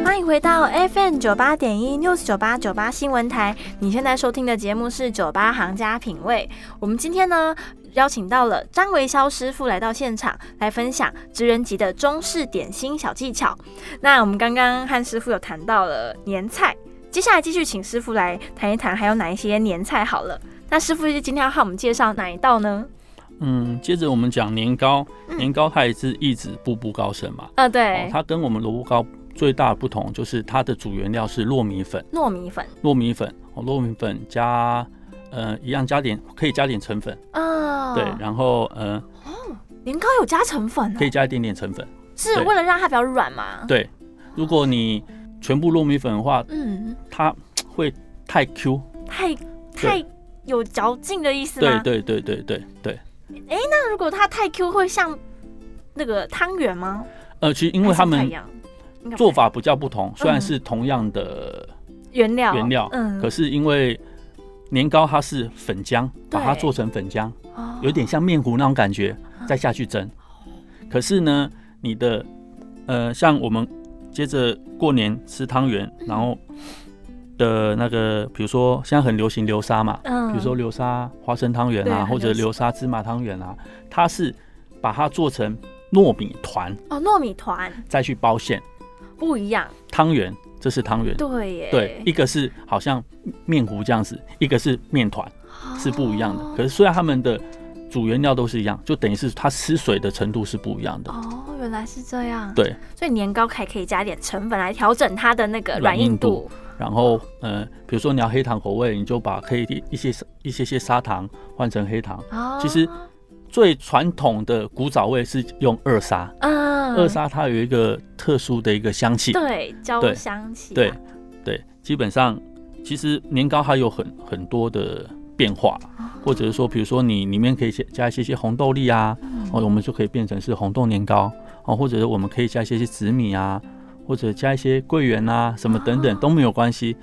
[SPEAKER 1] 欢迎回到 FM 九八点一 News 九八九八新闻台，你现在收听的节目是《酒吧行家品味》。我们今天呢，邀请到了张维霄师傅来到现场，来分享职人级的中式点心小技巧。那我们刚刚和师傅有谈到了年菜，接下来继续请师傅来谈一谈还有哪一些年菜好了。那师傅今天要和我们介绍哪一道呢？
[SPEAKER 2] 嗯，接着我们讲年糕，
[SPEAKER 1] 嗯
[SPEAKER 2] 年糕它也是一直步步高升嘛。
[SPEAKER 1] 啊，
[SPEAKER 2] 哦
[SPEAKER 1] 对，，
[SPEAKER 2] 它跟我们萝卜糕最大的不同就是它的主原料是糯米粉，
[SPEAKER 1] 糯米粉，
[SPEAKER 2] 糯米粉哦，糯米粉加呃一样加点可以加点成粉，
[SPEAKER 1] 啊，
[SPEAKER 2] 对，然后呃
[SPEAKER 1] 年糕有加成粉、哦
[SPEAKER 2] 可，以加一点点成粉，
[SPEAKER 1] 是
[SPEAKER 2] 对
[SPEAKER 1] 为了让它比较软嘛？
[SPEAKER 2] 对。如果你全部糯米粉的话，
[SPEAKER 1] 嗯，
[SPEAKER 2] 它会太 Q，
[SPEAKER 1] 太太有嚼劲的意思
[SPEAKER 2] 对
[SPEAKER 1] 吗？
[SPEAKER 2] 对对对对对。
[SPEAKER 1] 那如果它太 Q，会像那个汤圆吗？
[SPEAKER 2] 呃，其实因为
[SPEAKER 1] 还
[SPEAKER 2] 他
[SPEAKER 1] 是不太
[SPEAKER 2] 们
[SPEAKER 1] 一样应该不
[SPEAKER 2] 做
[SPEAKER 1] 太
[SPEAKER 2] 法比较不同，虽然是同样的
[SPEAKER 1] 原料
[SPEAKER 2] 原料，
[SPEAKER 1] 嗯，
[SPEAKER 2] 可是因为年糕它是粉浆，把它
[SPEAKER 1] 对
[SPEAKER 2] 做成粉浆，
[SPEAKER 1] 哦嗯
[SPEAKER 2] 有点像面糊那种感觉，再下去蒸。可是呢，你的呃，像我们接着过年吃汤圆，
[SPEAKER 1] 嗯
[SPEAKER 2] 然后的那个，比如说现在很流行流沙嘛，
[SPEAKER 1] 嗯，
[SPEAKER 2] 比如说流沙花生汤圆
[SPEAKER 1] 对
[SPEAKER 2] 啊，
[SPEAKER 1] 很
[SPEAKER 2] 或者
[SPEAKER 1] 流行
[SPEAKER 2] 流沙芝麻汤圆啊，它是把它做成糯米团，
[SPEAKER 1] 哦，糯米团
[SPEAKER 2] 再去包馅。
[SPEAKER 1] 不一样，
[SPEAKER 2] 汤圆，这是汤圆。
[SPEAKER 1] 对耶，
[SPEAKER 2] 对，一个是好像面糊这样子，一个是面团，是不一样的。
[SPEAKER 1] 哦
[SPEAKER 2] 可是虽然它们的主原料都是一样，就等于是它吃水的程度是不一样的。
[SPEAKER 1] 哦，原来是这样。
[SPEAKER 2] 对，
[SPEAKER 1] 所以年糕还可以加点成粉来调整它的那个
[SPEAKER 2] 软
[SPEAKER 1] 软
[SPEAKER 2] 硬
[SPEAKER 1] 硬
[SPEAKER 2] 度
[SPEAKER 1] 度。
[SPEAKER 2] 然后，呃，比如说你要黑糖口味，你就把可以一些一些些砂糖换成黑糖。
[SPEAKER 1] 哦
[SPEAKER 2] 其实，最传统的古早味是用二砂，
[SPEAKER 1] 嗯，
[SPEAKER 2] 二砂它有一个特殊的一个香气。
[SPEAKER 1] 对焦
[SPEAKER 2] 对
[SPEAKER 1] 香气啊，
[SPEAKER 2] 对，对，基本上其实年糕它有很很多的变化，
[SPEAKER 1] 啊
[SPEAKER 2] 或者是说，比如说你里面可以加加一些些红豆粒啊，
[SPEAKER 1] 嗯
[SPEAKER 2] 哦，我们就可以变成是红豆年糕哦，或者是我们可以加一些些紫米啊，或者加一些桂圆啊，什么等等
[SPEAKER 1] 哦
[SPEAKER 2] 都没有关系。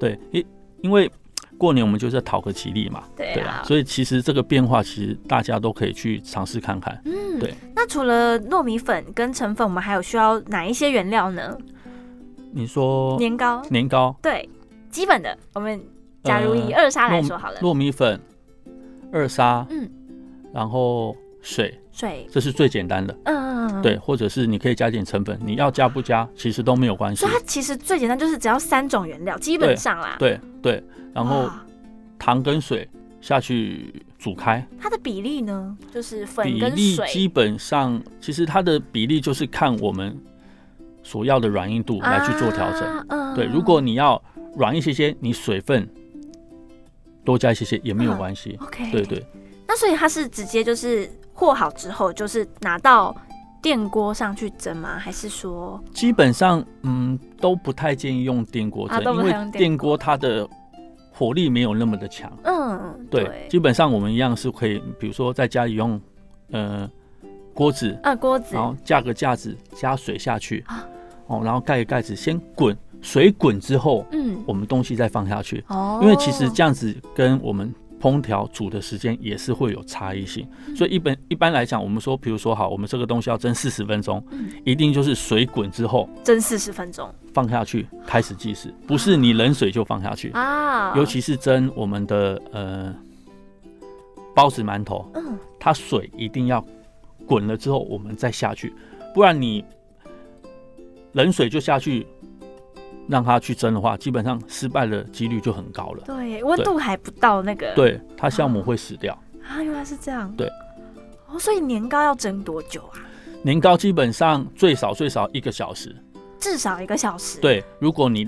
[SPEAKER 2] 对，因因为过年我们就是要讨个吉利嘛，
[SPEAKER 1] 对
[SPEAKER 2] 对
[SPEAKER 1] 啊
[SPEAKER 2] 啊，所以其实这个变化其实大家都可以去尝试看看。
[SPEAKER 1] 嗯，
[SPEAKER 2] 对。
[SPEAKER 1] 那除了糯米粉跟成粉，我们还有需要哪一些原料呢？
[SPEAKER 2] 你说
[SPEAKER 1] 年糕，
[SPEAKER 2] 年糕，
[SPEAKER 1] 对，基本的，我们假如以
[SPEAKER 2] 呃
[SPEAKER 1] 二砂来
[SPEAKER 2] 糯
[SPEAKER 1] 说好了，
[SPEAKER 2] 糯米粉、二砂，
[SPEAKER 1] 嗯，
[SPEAKER 2] 然后水，
[SPEAKER 1] 水，
[SPEAKER 2] 这是最简单的。
[SPEAKER 1] 嗯，。
[SPEAKER 2] 对，或者是你可以加点成本，你要加不加其实都没有关系
[SPEAKER 1] 所以。它其实最简单，就是只要三种原料，基本上啦。
[SPEAKER 2] 对对，然后
[SPEAKER 1] 哇
[SPEAKER 2] 糖跟水下去煮开，
[SPEAKER 1] 它的比例呢，就是粉
[SPEAKER 2] 比
[SPEAKER 1] 跟
[SPEAKER 2] 例
[SPEAKER 1] 水
[SPEAKER 2] 基本上其实它的比例就是看我们所要的软硬度来去做调整。
[SPEAKER 1] 啊嗯
[SPEAKER 2] 对，如果你要软一些些，你水分多加一些些也没有关系。
[SPEAKER 1] 嗯 OK，
[SPEAKER 2] 对，对，
[SPEAKER 1] 那所以它是直接就是和好之后，就是拿到电锅上去蒸吗？还是说
[SPEAKER 2] 基本上嗯都不太建议用电锅蒸，
[SPEAKER 1] 啊都
[SPEAKER 2] 因
[SPEAKER 1] 不太
[SPEAKER 2] 为
[SPEAKER 1] 用电锅
[SPEAKER 2] 电锅它的火力没有那么的强。
[SPEAKER 1] 嗯
[SPEAKER 2] 对，基本上我们一样是可以，比如说在家里用呃锅子，
[SPEAKER 1] 啊锅子
[SPEAKER 2] 然后架个架子，加水下去
[SPEAKER 1] 啊，
[SPEAKER 2] 哦，然后盖个盖子，先滚，水滚之后，
[SPEAKER 1] 嗯
[SPEAKER 2] 我们东西再放下去。
[SPEAKER 1] 哦，
[SPEAKER 2] 因为其实这样子跟我们烹调煮的时间也是会有差异性，
[SPEAKER 1] 嗯
[SPEAKER 2] 所以一般一般来讲，我们说，比如说好，我们这个东西要蒸四十分钟
[SPEAKER 1] 嗯，
[SPEAKER 2] 一定就是水滚之后
[SPEAKER 1] 蒸四十分钟
[SPEAKER 2] 放下去开始计时，不是你冷水就放下去。
[SPEAKER 1] 啊，
[SPEAKER 2] 尤其是蒸我们的呃包子馒头，
[SPEAKER 1] 嗯
[SPEAKER 2] 它水一定要滚了之后我们再下去，不然你冷水就下去让它去蒸的话，基本上失败的几率就很高了。
[SPEAKER 1] 对温度还不到那个
[SPEAKER 2] 对，它酵母会死掉。
[SPEAKER 1] 啊，原来是这样
[SPEAKER 2] 对。
[SPEAKER 1] 哦，所以年糕要蒸多久啊？
[SPEAKER 2] 年糕基本上最少最少一个小时。
[SPEAKER 1] 至少一个小时。，
[SPEAKER 2] 对，如果你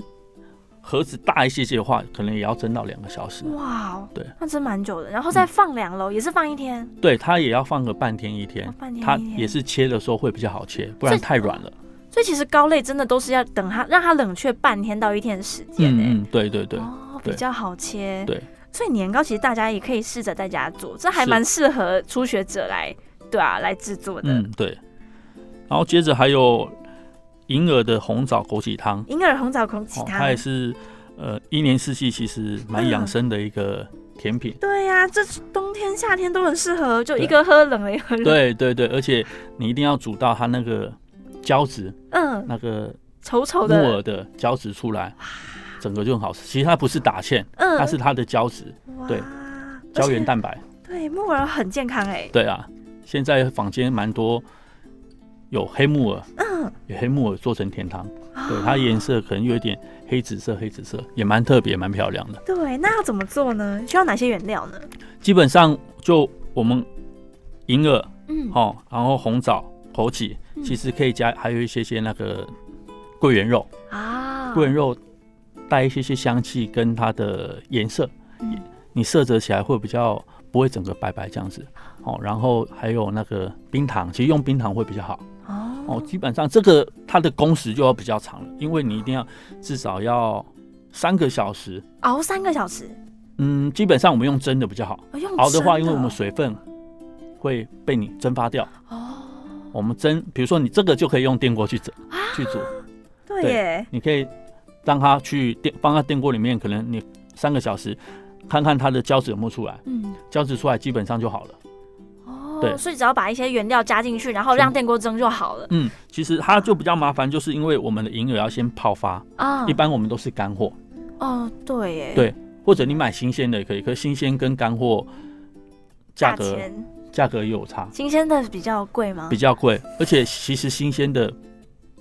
[SPEAKER 2] 盒子大一些些的话，可能也要蒸到两个小时。
[SPEAKER 1] 哇哦，
[SPEAKER 2] 对，嗯
[SPEAKER 1] 那蒸蛮久的，然后再放凉喽，也是放一天，
[SPEAKER 2] 对，它也要放个半天一天
[SPEAKER 1] 哦。半天
[SPEAKER 2] 它
[SPEAKER 1] 一天
[SPEAKER 2] 也是切的时候会比较好切，不然
[SPEAKER 1] 所以
[SPEAKER 2] 太软了。
[SPEAKER 1] 所以其实糕类真的都是要等它让它冷却半天到一天的时间欸
[SPEAKER 2] 嗯
[SPEAKER 1] 呢、
[SPEAKER 2] 嗯，对对对，
[SPEAKER 1] 哦，
[SPEAKER 2] 对
[SPEAKER 1] 比较好切。
[SPEAKER 2] 对，
[SPEAKER 1] 所以年糕其实大家也可以试着在家做，这还
[SPEAKER 2] 是
[SPEAKER 1] 蛮适合初学者来，对啊，来制作的。
[SPEAKER 2] 嗯对。然后接着还有银耳的红枣枸杞汤，
[SPEAKER 1] 银耳红枣枸杞汤，嗯
[SPEAKER 2] 它哦也是呃一年四季其实蛮养生的一个甜品。
[SPEAKER 1] 对呀、这冬天夏天都很适合，就一个喝冷的，一个热。，
[SPEAKER 2] 对对对，而且你一定要煮到它那个胶质，
[SPEAKER 1] 嗯，
[SPEAKER 2] 那个
[SPEAKER 1] 稠稠
[SPEAKER 2] 木
[SPEAKER 1] 的，
[SPEAKER 2] 耳的胶质出来，整个就很好吃。其实它不是打芡，
[SPEAKER 1] 嗯，
[SPEAKER 2] 它是它的胶质、
[SPEAKER 1] 哇
[SPEAKER 2] 对 胶原，蛋白。
[SPEAKER 1] 而且对木耳很健康哎、
[SPEAKER 2] 对啊，现在坊间蛮多有黑木耳，
[SPEAKER 1] 嗯，
[SPEAKER 2] 有黑木耳做成甜汤，对
[SPEAKER 1] 啊
[SPEAKER 2] 它颜色可能有一点黑紫色，黑紫色也蛮特别，蛮漂亮的。
[SPEAKER 1] 对，那要怎么做呢？需要哪些原料呢？
[SPEAKER 2] 基本上就我们银耳
[SPEAKER 1] 嗯，
[SPEAKER 2] 哦，然后红枣、枸杞，
[SPEAKER 1] 嗯
[SPEAKER 2] 其实可以加，还有一些些那个桂圆肉，
[SPEAKER 1] 啊，
[SPEAKER 2] 桂圆肉带一些些香气跟它的颜色，
[SPEAKER 1] 嗯
[SPEAKER 2] 你色泽起来会比较不会整个白白这样子。哦，然后还有那个冰糖，其实用冰糖会比较好。哦，
[SPEAKER 1] 哦，
[SPEAKER 2] 基本上这个它的工时就要比较长了，因为你一定要至少要三个小时。
[SPEAKER 1] 熬三个小时，
[SPEAKER 2] 嗯，基本上我们用蒸的比较好，
[SPEAKER 1] 哦、用
[SPEAKER 2] 熬的话，
[SPEAKER 1] 蒸
[SPEAKER 2] 因为我们水分会被你蒸发掉。
[SPEAKER 1] 哦，
[SPEAKER 2] 我们蒸，比如说你这个就可以用电锅去蒸去煮，
[SPEAKER 1] 对
[SPEAKER 2] 对
[SPEAKER 1] 耶，
[SPEAKER 2] 你可以让它去电放在电锅里面，可能你三个小时，看看它的胶质有没有出来，
[SPEAKER 1] 嗯，
[SPEAKER 2] 胶质出来基本上就好了。
[SPEAKER 1] 哦，
[SPEAKER 2] 对
[SPEAKER 1] 所以只要把一些原料加进去，然后让电锅蒸就好了
[SPEAKER 2] 嗯，其实它就比较麻烦，就是因为我们的银耳要先泡发，
[SPEAKER 1] 啊
[SPEAKER 2] 嗯一般我们都是干货，
[SPEAKER 1] 哦，对耶，
[SPEAKER 2] 对或者你买新鲜的也可以，可是新鲜跟干货价格
[SPEAKER 1] 钱
[SPEAKER 2] 价格也有差，
[SPEAKER 1] 新鲜的比较贵吗？
[SPEAKER 2] 比较贵，而且其实新鲜的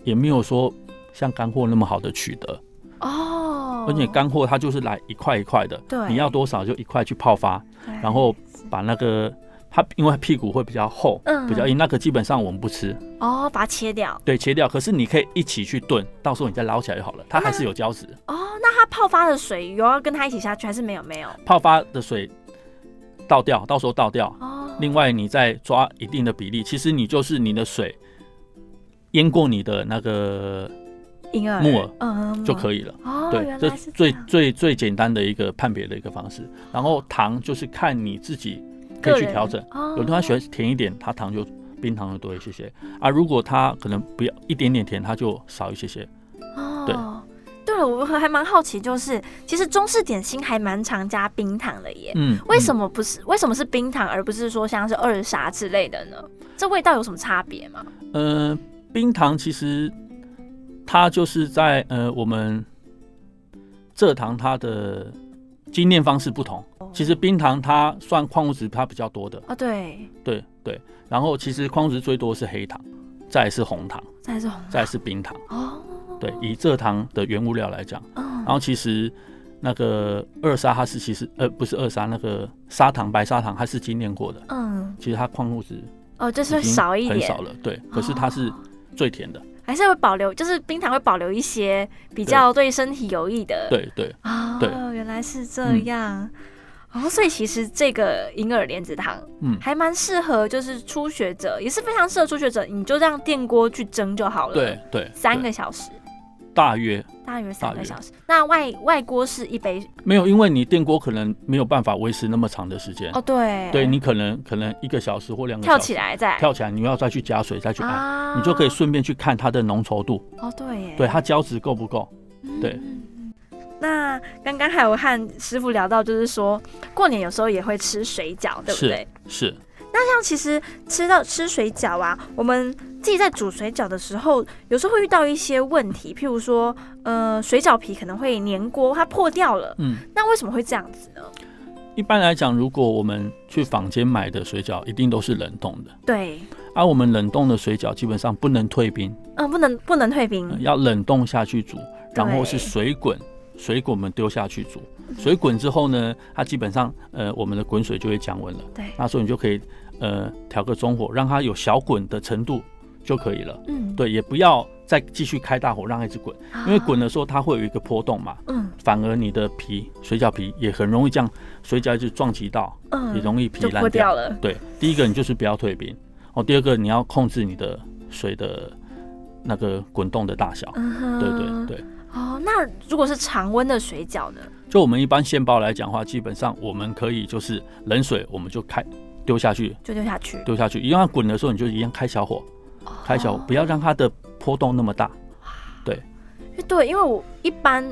[SPEAKER 2] 也没有说像干货那么好的取得，
[SPEAKER 1] 哦，
[SPEAKER 2] 而且干货它就是来一块一块的，
[SPEAKER 1] 对哎
[SPEAKER 2] 你要多少就一块去泡发，
[SPEAKER 1] 对
[SPEAKER 2] 然后把那个它因为屁股会比较厚，
[SPEAKER 1] 嗯
[SPEAKER 2] 比较硬，那个基本上我们不吃，
[SPEAKER 1] 哦，把它切掉
[SPEAKER 2] 对，切掉。可是你可以一起去炖，到时候你再捞起来就好了，它还是有胶质。
[SPEAKER 1] 哦，那它泡发的水有要跟它一起下去还是没有？没有
[SPEAKER 2] 泡发的水倒掉，到时候倒掉。
[SPEAKER 1] 哦，
[SPEAKER 2] 另外你再抓一定的比例，其实你就是你的水淹过你的那个
[SPEAKER 1] 银耳
[SPEAKER 2] 木耳
[SPEAKER 1] 嗯
[SPEAKER 2] 就可以了。
[SPEAKER 1] 以哦，
[SPEAKER 2] 对，
[SPEAKER 1] 原
[SPEAKER 2] 这
[SPEAKER 1] 来是
[SPEAKER 2] 最
[SPEAKER 1] 这样
[SPEAKER 2] 最最简单的一个判别的一个方式。然后糖就是看你自己可以
[SPEAKER 1] 个
[SPEAKER 2] 去
[SPEAKER 1] 人
[SPEAKER 2] 调整。
[SPEAKER 1] 哦
[SPEAKER 2] 有的他喜欢甜一点，他糖就冰糖就多一些些啊。如果他可能不要一点点甜，他就少一些些。对
[SPEAKER 1] 哦，对了，我还蛮好奇，就是其实中式点心还蛮常加冰糖的耶，
[SPEAKER 2] 嗯，
[SPEAKER 1] 为什
[SPEAKER 2] 么？
[SPEAKER 1] 么不是？为什么是冰糖，而不是说像是二砂之类的呢？这味道有什么差别吗？
[SPEAKER 2] 呃，冰糖其实它就是在呃我们蔗糖它的精炼方式不同。其实冰糖它算矿物质它比较多的，
[SPEAKER 1] 哦，对，
[SPEAKER 2] 对对。然后其实矿物质最多是黑糖，再来是红糖，
[SPEAKER 1] 再来是红
[SPEAKER 2] 再来是冰糖。
[SPEAKER 1] 啊哦，
[SPEAKER 2] 对，以蔗糖的原物料来讲，
[SPEAKER 1] 嗯
[SPEAKER 2] 然，后其实那个二砂它是其实呃不是二砂，那个砂糖白砂糖它是精炼过的，
[SPEAKER 1] 嗯，
[SPEAKER 2] 其实它矿物质
[SPEAKER 1] 哦，就是
[SPEAKER 2] 已
[SPEAKER 1] 会
[SPEAKER 2] 经
[SPEAKER 1] 少一
[SPEAKER 2] 很
[SPEAKER 1] 点，啊
[SPEAKER 2] 少了，对。可是它是最甜的，
[SPEAKER 1] 还是会保留，就是冰糖会保留一些比较对身体有益的。
[SPEAKER 2] 对对，
[SPEAKER 1] 哦，
[SPEAKER 2] 对嗯
[SPEAKER 1] 原来是这样。哦，所以其实这个银耳莲子汤
[SPEAKER 3] 嗯，
[SPEAKER 1] 还蛮适合，就是初学者，也是非常适合初学者，你就让电锅去蒸就好了。
[SPEAKER 2] 对，对，
[SPEAKER 1] 三
[SPEAKER 2] 对
[SPEAKER 1] 个小时，
[SPEAKER 2] 大约
[SPEAKER 1] 大约三
[SPEAKER 2] 大
[SPEAKER 1] 个
[SPEAKER 2] 约
[SPEAKER 1] 小时。那外外锅是一杯
[SPEAKER 2] 没有，因为你电锅可能没有办法维持那么长的时间。
[SPEAKER 1] 哦，对，
[SPEAKER 2] 对你可能可能一个小时或两个小
[SPEAKER 1] 跳
[SPEAKER 2] 时
[SPEAKER 1] 起来再
[SPEAKER 2] 跳起来，你要再去加水再去按，
[SPEAKER 1] 啊
[SPEAKER 2] 你就可以顺便去看它的浓稠度，
[SPEAKER 1] 哦，对耶，
[SPEAKER 2] 对它胶质够不够？对
[SPEAKER 1] 嗯。那刚刚还有和师傅聊到，就是说过年有时候也会吃水饺，对不
[SPEAKER 2] 是
[SPEAKER 1] 对？
[SPEAKER 2] 是，
[SPEAKER 1] 像其实吃到吃水饺啊，我们自己在煮水饺的时候，有时候会遇到一些问题，譬如说，呃，水饺皮可能会粘锅，它破掉了。
[SPEAKER 2] 嗯。
[SPEAKER 1] 那为什么会这样子呢？
[SPEAKER 2] 一般来讲，如果我们去坊间买的水饺，一定都是冷冻的，
[SPEAKER 1] 对，
[SPEAKER 2] 而、我们冷冻的水饺基本上不能退冰，
[SPEAKER 1] 嗯、不能不能退
[SPEAKER 2] 呃
[SPEAKER 1] 冰，
[SPEAKER 2] 要冷冻下去煮，然后是
[SPEAKER 1] 对
[SPEAKER 2] 水滚，水滚我们丢下去煮，水滚之后呢，它基本上呃我们的滚水就会降温了，
[SPEAKER 1] 对，
[SPEAKER 2] 那时候你就可以呃调个中火，让它有小滚的程度就可以了，
[SPEAKER 1] 嗯，
[SPEAKER 2] 对，也不要再继续开大火让它一直滚，
[SPEAKER 1] 啊，
[SPEAKER 2] 因为滚的时候它会有一个波动嘛，
[SPEAKER 1] 嗯，
[SPEAKER 2] 反而你的皮水饺皮也很容易这样，水饺一直撞击到，
[SPEAKER 1] 嗯
[SPEAKER 2] 也容易皮
[SPEAKER 1] 就
[SPEAKER 2] 烂
[SPEAKER 1] 破
[SPEAKER 2] 掉。
[SPEAKER 1] 掉了。
[SPEAKER 2] 对，第一个你就是不要退冰，哦，第二个你要控制你的水的那个滚动的大小。
[SPEAKER 1] 嗯哼，
[SPEAKER 2] 对对。对，
[SPEAKER 1] 哦，那如果是常温的水饺呢？
[SPEAKER 2] 就我们一般现包来讲的话，基本上我们可以就是冷水我们就开丢下去，
[SPEAKER 1] 就丢下去。
[SPEAKER 2] 丢下去，一样滚的时候你就一样开小火，开小火，
[SPEAKER 1] 哦
[SPEAKER 2] 不要让它的波动那么大。
[SPEAKER 1] 对，因为我一般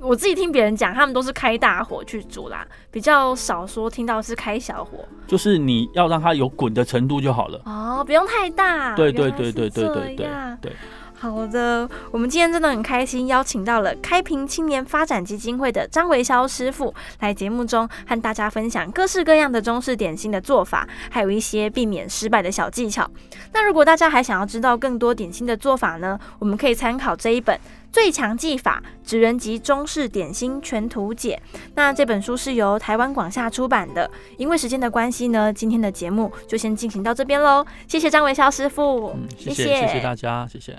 [SPEAKER 1] 我自己听别人讲，他们都是开大火去煮啦，比较少说听到是开小火
[SPEAKER 2] 就是你要让它有滚的程度就好了。
[SPEAKER 1] 哦，不用太大。
[SPEAKER 2] 对对
[SPEAKER 1] 原来
[SPEAKER 2] 对
[SPEAKER 1] 是
[SPEAKER 2] 对对对
[SPEAKER 1] 这
[SPEAKER 2] 对
[SPEAKER 1] 样
[SPEAKER 2] 对，
[SPEAKER 1] 好的，我们今天真的很开心，邀请到了开平青年发展基金会的张维霄师傅来节目中和大家分享各式各样的中式点心的做法，还有一些避免失败的小技巧。那如果大家还想要知道更多点心的做法呢，我们可以参考这一本。最强技法——职人及中式点心全图解。那这本书是由台湾广厦出版的。因为时间的关系呢，今天的节目就先进行到这边喽。谢谢张维霄师傅，
[SPEAKER 2] 嗯，谢谢谢谢大家，谢谢。